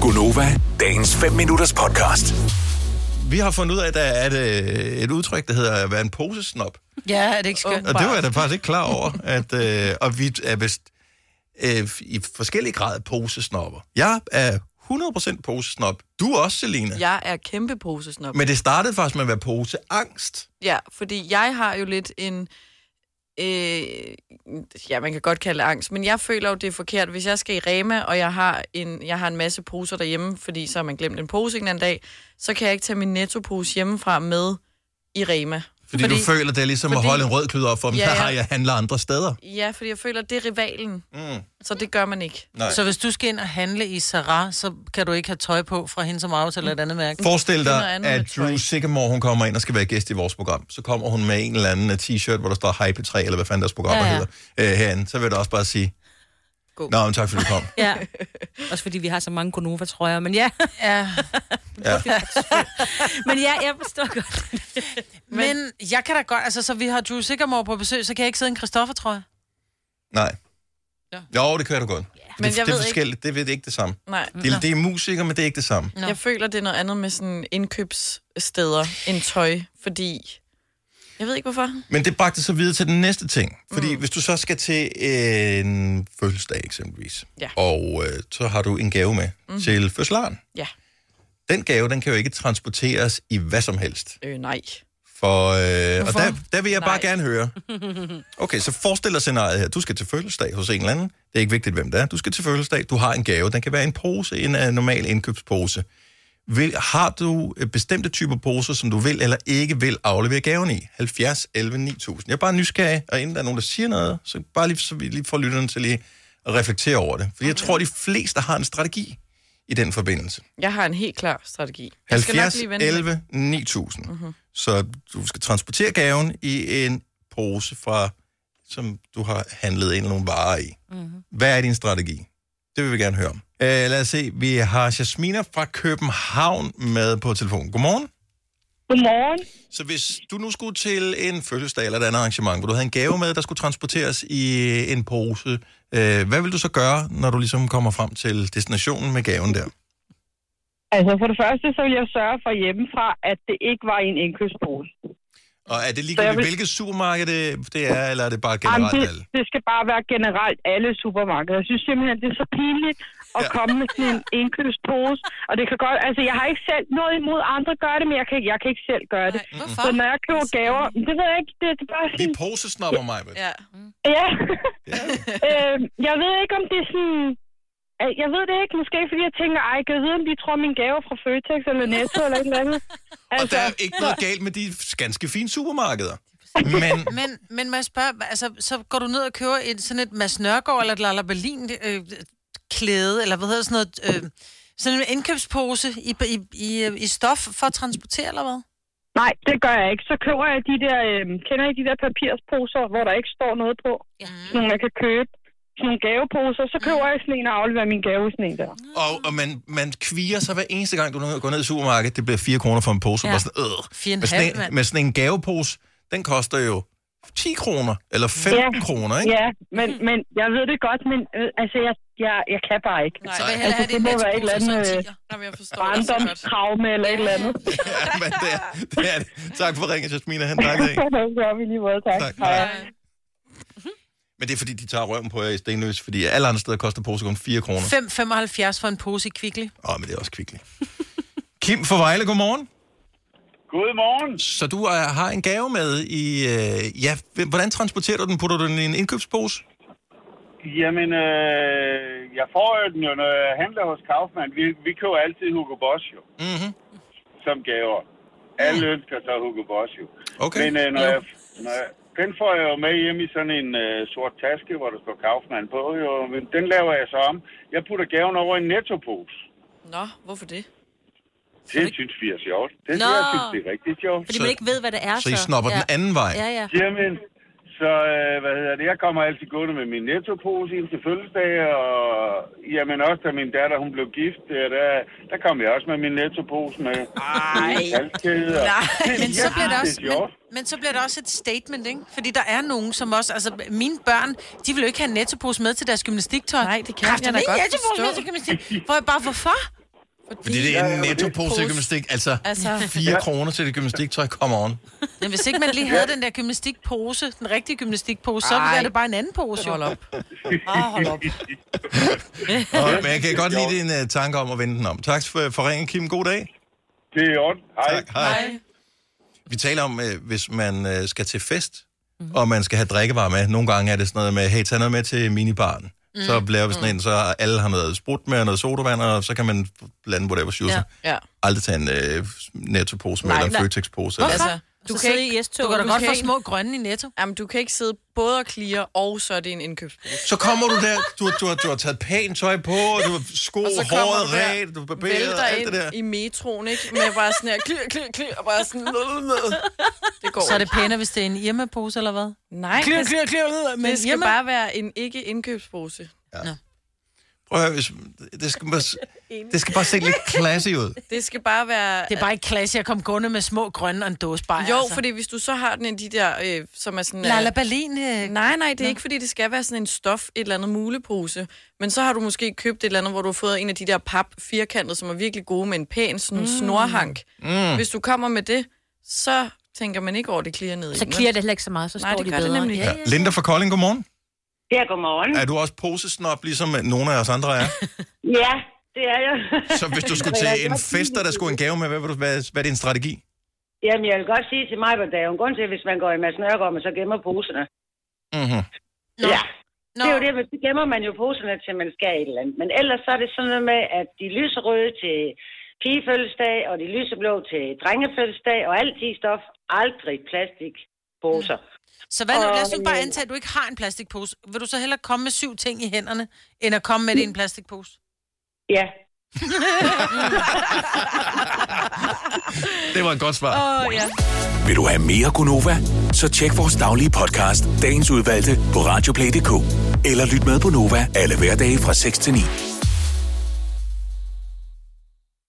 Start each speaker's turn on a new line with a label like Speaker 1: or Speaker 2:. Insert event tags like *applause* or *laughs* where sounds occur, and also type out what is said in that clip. Speaker 1: Gunova, dagens 5 minutters podcast.
Speaker 2: Vi har fundet ud af, at der er et, øh, et udtryk, der hedder at være en posesnop.
Speaker 3: Ja, er det ikke skønt?
Speaker 2: Og det var jeg da faktisk ikke klar over. At, øh, og vi er vist øh, i forskellige grad posesnopper. Jeg er 100% posesnop. Du også, Selina. Ja.
Speaker 3: Jeg er kæmpe posesnop.
Speaker 2: Men det startede faktisk med at være poseangst.
Speaker 3: Ja, fordi jeg har jo lidt en... Øh, ja, man kan godt kalde det angst, men jeg føler jo, det er forkert. Hvis jeg skal i Rema, og jeg har en, jeg har en masse poser derhjemme, fordi så har man glemt en pose en eller anden dag, så kan jeg ikke tage min nettopose hjemmefra med i Rema.
Speaker 2: Fordi, fordi du føler, det er ligesom fordi,
Speaker 3: fordi-
Speaker 2: at holde en rød klud op for, men ja,
Speaker 3: Ja,
Speaker 2: ja. der
Speaker 3: ja.
Speaker 2: har jeg handler andre steder.
Speaker 3: Ja, fordi jeg føler, det er rivalen. Mm. Så det gør man ikke.
Speaker 2: Nej.
Speaker 4: Så hvis du skal ind og handle i Zara, så kan du ikke have tøj på fra hendes Maus eller et andet mærke.
Speaker 2: Forestil
Speaker 3: noget
Speaker 2: dig,
Speaker 3: andet,
Speaker 2: at
Speaker 3: tror
Speaker 2: Drew
Speaker 3: jeg.
Speaker 2: Sigamore, hun kommer ind og skal være gæst i vores program. Så kommer hun med en eller anden øh, t-shirt, hvor der står Hype 3, eller hvad fanden deres program ja,
Speaker 4: Ja,
Speaker 2: ja.
Speaker 4: ja.
Speaker 2: hedder, øh, herinde. Så vil du også bare sige,
Speaker 3: God.
Speaker 2: Nå, men tak fordi du kom.
Speaker 5: Ja. *laughs* Også fordi vi har så mange Gonova, tror jeg. Men ja,
Speaker 4: *laughs* Ja.
Speaker 5: *laughs* men ja jeg forstår godt.
Speaker 4: Men jeg kan da godt, altså så vi har Drew Sigamore på besøg, så kan jeg ikke sidde i en Christoffer, tror jeg.
Speaker 2: Nej.
Speaker 4: Nå.
Speaker 2: Jo, det kan du godt. Men
Speaker 3: Men
Speaker 2: det,
Speaker 3: jeg
Speaker 2: det er
Speaker 3: ved ikke-
Speaker 2: forskelligt. Det ved det ikke det samme.
Speaker 3: Nej.
Speaker 2: Det, er- det er musikere, men det er ikke det samme.
Speaker 4: Nå.
Speaker 3: Jeg føler, det er noget andet med sådan indkøbssteder end tøj, fordi... Jeg ved ikke, hvorfor.
Speaker 2: Men det bragte så videre til den næste ting. Fordi mm. hvis du så skal til en fødselsdag eksempelvis,
Speaker 3: Ja.
Speaker 2: og øh, så har du en gave med mm. til fødselaren.
Speaker 3: Ja.
Speaker 2: Den gave, den kan jo ikke transporteres i hvad som helst.
Speaker 3: Øh, nej.
Speaker 2: For, øh, og
Speaker 3: Hvorfor?
Speaker 2: der, der vil jeg bare
Speaker 3: Nej.
Speaker 2: gerne
Speaker 3: *laughs*
Speaker 2: høre. Okay, så forestil dig scenariet her. Du skal til fødselsdag hos en eller anden. Det er ikke vigtigt, hvem det er. Du skal til fødselsdag. Du har en gave. Den kan være en pose, en uh, normal indkøbspose. Vil, har du øh, bestemte typer poser, som du vil eller ikke vil aflevere gaven i? 70, 11, 9000. Jeg er bare nysgerrig, og inden der er nogen, der siger noget, så bare lige, så vi lige får lytterne til lige at reflektere over det. Fordi jeg tror, de fleste har en strategi i den forbindelse.
Speaker 3: Jeg har en helt klar strategi. Jeg skal nok
Speaker 2: 70,
Speaker 3: lige vente lidt. Mhm.
Speaker 2: 11, 9000. Mm-hmm. Så du skal transportere gaven i en pose, fra, som du har handlet ind nogle varer i.
Speaker 3: Mhm.
Speaker 2: Mm-hmm. Hvad er din strategi? Det vil vi gerne høre om. Øh, lad os se, vi har Jasmina fra København med på telefonen. Godmorgen.
Speaker 6: Godmorgen.
Speaker 2: Så hvis du nu skulle til en fødselsdag eller et andet arrangement, hvor du havde en gave med, der skulle transporteres i en pose, øh, hvad vil du så gøre, når du ligesom kommer frem til destinationen med gaven der?
Speaker 6: Altså for det første, så vil jeg sørge for hjemmefra, at det ikke var i en indkøbspose.
Speaker 2: Og er det
Speaker 6: Så
Speaker 2: ligegyldigt,
Speaker 6: jeg
Speaker 2: vil...
Speaker 6: vil-
Speaker 2: hvilket supermarked det, det er, eller er det bare
Speaker 6: Jamen,
Speaker 2: generelt
Speaker 6: det,
Speaker 2: alle?
Speaker 6: det skal bare være generelt alle supermarkeder. Jeg synes simpelthen, det er så pinligt
Speaker 2: Ja.
Speaker 6: at komme med sådan en indkøbspose. Og det kan godt, altså jeg har ikke selv noget imod andre gør det, men jeg kan, jeg kan ikke selv gøre det.
Speaker 3: Nej, hvorfor?
Speaker 6: Så når jeg køber gaver, det ved jeg ikke, det, det er bare
Speaker 2: Vi
Speaker 6: sådan,
Speaker 2: posesnopper mig, ja.
Speaker 3: Ja.
Speaker 6: ja. *laughs* øh, jeg ved ikke, om det er sådan, Øh, jeg ved det ikke, måske fordi jeg tænker, ej, kan jeg vide, om de tror, min gave er fra Føtex eller Netto eller et eller andet. Altså-
Speaker 2: Og der er ikke noget galt med de ganske fine supermarkeder. Men
Speaker 4: Men, men må jeg spørge, hva- altså, så går du ned og køber et, sådan et Mads Nørgaard eller et Lala Berlin øh, klæde, eller hvad hedder sådan noget, øh, sådan en indkøbspose i, i, i, øh, i stof for at transportere, eller hvad?
Speaker 6: Nej, det gør jeg ikke. Så køber jeg de der, øh, kender I de der papirsposer, hvor der ikke står noget på? Ja. Sådan nogle, jeg kan købe. Sådan nogle gaveposer. Så køber jeg sådan en og afleverer min gave i sådan en der.
Speaker 2: og, og man, man kviger sig hver eneste gang, du går ned i supermarkedet. Det bliver 4 kroner for en pose.
Speaker 4: Ja.
Speaker 2: Ja. Sådan, øh.
Speaker 4: Fire en
Speaker 2: med, sådan
Speaker 4: halv,
Speaker 2: en,
Speaker 4: mand.
Speaker 2: med sådan en gavepose, den koster jo 10 kroner, eller 5 ja.
Speaker 6: Ja.
Speaker 2: kroner, ikke? Ja.
Speaker 6: Ja, men, men jeg ved det godt, men øh, altså, jeg, jeg, jeg kan bare ikke.
Speaker 3: Nej,
Speaker 4: Så vil jeg
Speaker 6: Altså,
Speaker 4: hellere have det i
Speaker 6: det
Speaker 4: en
Speaker 6: må være et eller
Speaker 4: Netto-pose,
Speaker 6: andet,
Speaker 4: sådan en
Speaker 6: øh,
Speaker 4: tier.
Speaker 3: Jamen, jeg forstår det så godt.
Speaker 6: Barndomstraume eller et eller andet.
Speaker 2: *laughs* Men det er, det er det. Tak for ringen, Jasmina. Han tak, dag.
Speaker 6: *laughs* det gør vi lige måde, tak.
Speaker 2: Tak.
Speaker 6: Hej.
Speaker 2: Men det er, fordi de tager røven på jer i Stenløs, fordi alle andre steder koster pose kun 4 kroner.
Speaker 4: 5,75 for en pose i Kvickly.
Speaker 2: Åh, oh, men det er også kvickligt. Kim fra Vejle, godmorgen.
Speaker 7: Godmorgen.
Speaker 2: Så du er, har en gave med i... Øh, ja, hvem- hvordan transporterer du den? Putter du den i en indkøbspose?
Speaker 7: Jamen, øh, jeg får jo den jo, når jeg handler hos Kaufmann. Vi, vi køber altid Hugo Boss jo,
Speaker 2: Mhm.
Speaker 7: som gaver. Alle ønsker sig Hugo Boss jo.
Speaker 2: Okay.
Speaker 7: Men øh, når, jeg, når jeg, den får jeg jo med hjem i sådan en øh, sort taske, hvor der står Kaufmann på. Jo, men den laver jeg så om. Jeg putter gaven over i en nettopose.
Speaker 3: Nå, hvorfor det?
Speaker 7: Det synes vi er sjovt. Det
Speaker 5: Nå.
Speaker 7: jeg synes, det er rigtig sjovt.
Speaker 5: Fordi
Speaker 2: Så-
Speaker 5: man ikke ved, hvad det er.
Speaker 2: Så I snopper
Speaker 5: ja.
Speaker 2: den anden vej?
Speaker 5: Ja, ja.
Speaker 7: Jamen, så øh, hvad hedder det? Jeg kommer altid gående med min nettopose ind til fødselsdag, og jamen også da min datter, hun blev gift, øh, der, der kom jeg også med min nettopose med. Ej,
Speaker 3: Nej,
Speaker 4: Men så, bliver det også, men, men så bliver det også et statement, ikke? Fordi der er nogen, som også... Altså, mine børn, de vil jo ikke have en nettopose med til deres gymnastiktøj.
Speaker 3: Nej, det kan jeg da
Speaker 4: Kræfter med
Speaker 3: godt
Speaker 4: en nettopose
Speaker 3: forstå.
Speaker 4: med til gymnastik. Hvor jeg bare, hvorfor?
Speaker 2: Fordi det er en netto-pose gymnastik. Altså,
Speaker 3: Altså-
Speaker 2: 4 kroner til det gymnastiktøj, come on.
Speaker 4: Men hvis ikke man lige havde den der gymnastikpose, den rigtige gymnastikpose, så
Speaker 3: Ej.
Speaker 4: ville det bare en anden pose, jo.
Speaker 3: Hold op.
Speaker 4: Ah, hold op.
Speaker 2: Og, men jeg kan godt lide din uh, tanke om at vende den om. Tak for, for ringen, Kim. God dag.
Speaker 7: Det er i orden. Hej.
Speaker 2: Tak. Hej. Vi taler om, øh, hvis man øh, skal til fest,
Speaker 3: Mhm.
Speaker 2: mm-hmm. og man skal have drikkevarer med. Nogle gange er det sådan noget med, hey, tag noget med til minibaren. Mm. Så laver vi sådan en, så alle har noget sprut med og noget sodavand, og så kan man blande whatever shoes. Ja.
Speaker 3: Ja.
Speaker 2: Aldrig tage en øh, nettopose med,
Speaker 3: Nej,
Speaker 2: eller en
Speaker 3: nej.
Speaker 2: Føtex-pose. Eller.
Speaker 3: Altså,
Speaker 5: Du
Speaker 3: så
Speaker 5: kan
Speaker 3: sidde
Speaker 5: ikke, yes,
Speaker 4: Du kan da
Speaker 3: Du
Speaker 4: godt
Speaker 3: kan
Speaker 4: få
Speaker 3: ikke-
Speaker 4: små grønne i netto.
Speaker 3: Jamen, du kan ikke sidde både og klire, og så er det en indkøbspose.
Speaker 2: Så kommer du der, du, har- du, har- du har taget pænt tøj på, og du har sko,
Speaker 3: Og så kommer
Speaker 2: håret
Speaker 3: du der,
Speaker 2: ret, du er barberet,
Speaker 3: Vælter
Speaker 2: og alt det
Speaker 3: ind
Speaker 2: der.
Speaker 3: i metroen, ikke? Med bare sådan her, klir, klir, klir, og bare sådan... Det går
Speaker 4: Så er det pænere, hvis det er en Irma-pose, eller hvad?
Speaker 3: Nej, det,
Speaker 4: klir, klir, klir, men
Speaker 3: det skal bare være en ikke-indkøbspose.
Speaker 2: Prøv at høre, hvis, det, skal
Speaker 3: *laughs*
Speaker 2: bare, det skal bare se lidt classy ud.
Speaker 3: Det altså. skal bare være...
Speaker 4: Det er bare ikke klasse at komme gående med små grønne og en dåse bare.
Speaker 3: Jo, fordi hvis du så har den i de der, øh, som er sådan... øh,
Speaker 4: Lala Berlin... Øh,
Speaker 3: Nej, nej, det er ikke, fordi det skal være sådan en stof, et eller andet mulepose. Men så har du måske købt et eller andet, hvor du har fået en af de der pap firkantede, som er virkelig gode med en pæn sådan mm. snorhank. Mm. Hvis du kommer med det, så tænker man ikke over, det klirer ned i
Speaker 5: Så
Speaker 3: den,
Speaker 5: klirer det heller ikke så meget, så står
Speaker 3: Nej, det
Speaker 5: de
Speaker 3: gør
Speaker 5: bedre.
Speaker 3: det nemlig
Speaker 5: Ja,
Speaker 2: Ja.
Speaker 5: ja.
Speaker 2: Linda fra Kolding, godmorgen.
Speaker 8: Ja, godmorgen.
Speaker 2: Er du også posesnop, ligesom nogle af os andre er?
Speaker 8: Ja, det er jeg. *laughs*
Speaker 2: Så hvis du skulle
Speaker 8: Men jeg
Speaker 2: til
Speaker 8: kan
Speaker 2: en
Speaker 8: godt sige,
Speaker 2: fest, og der skulle en gave med, hvad, vil du- hvad, hvad er din strategi?
Speaker 8: Jamen, jeg vil godt sige til mig, at der er jo en grund til, hvis man går i Mads Nørgaard, men så gemmer poserne.
Speaker 2: Mm-hmm.
Speaker 4: Nå.
Speaker 8: Ja,
Speaker 4: Nå,
Speaker 8: det er jo det, men så gemmer man jo poserne til, man skal et eller andet. Men ellers så er det sådan noget med, at de lyserøde til pigefødselsdag, og de lyseblå til drengefødselsdag, og altid stof. Aldrig plastikposer.
Speaker 4: Så hvad nu, lad os nu bare antage, at du ikke har en plastikpose. Vil du så hellere komme med syv ting i hænderne, end at komme med det i en plastikpose?
Speaker 8: Ja,
Speaker 2: Det var et godt svar.
Speaker 3: Åh, ja.
Speaker 1: Vil du have mere Gunova? Så tjek vores daglige podcast, dagens udvalgte, på radioplay.dk. Eller lyt med på Nova alle hverdage fra 6 til 9.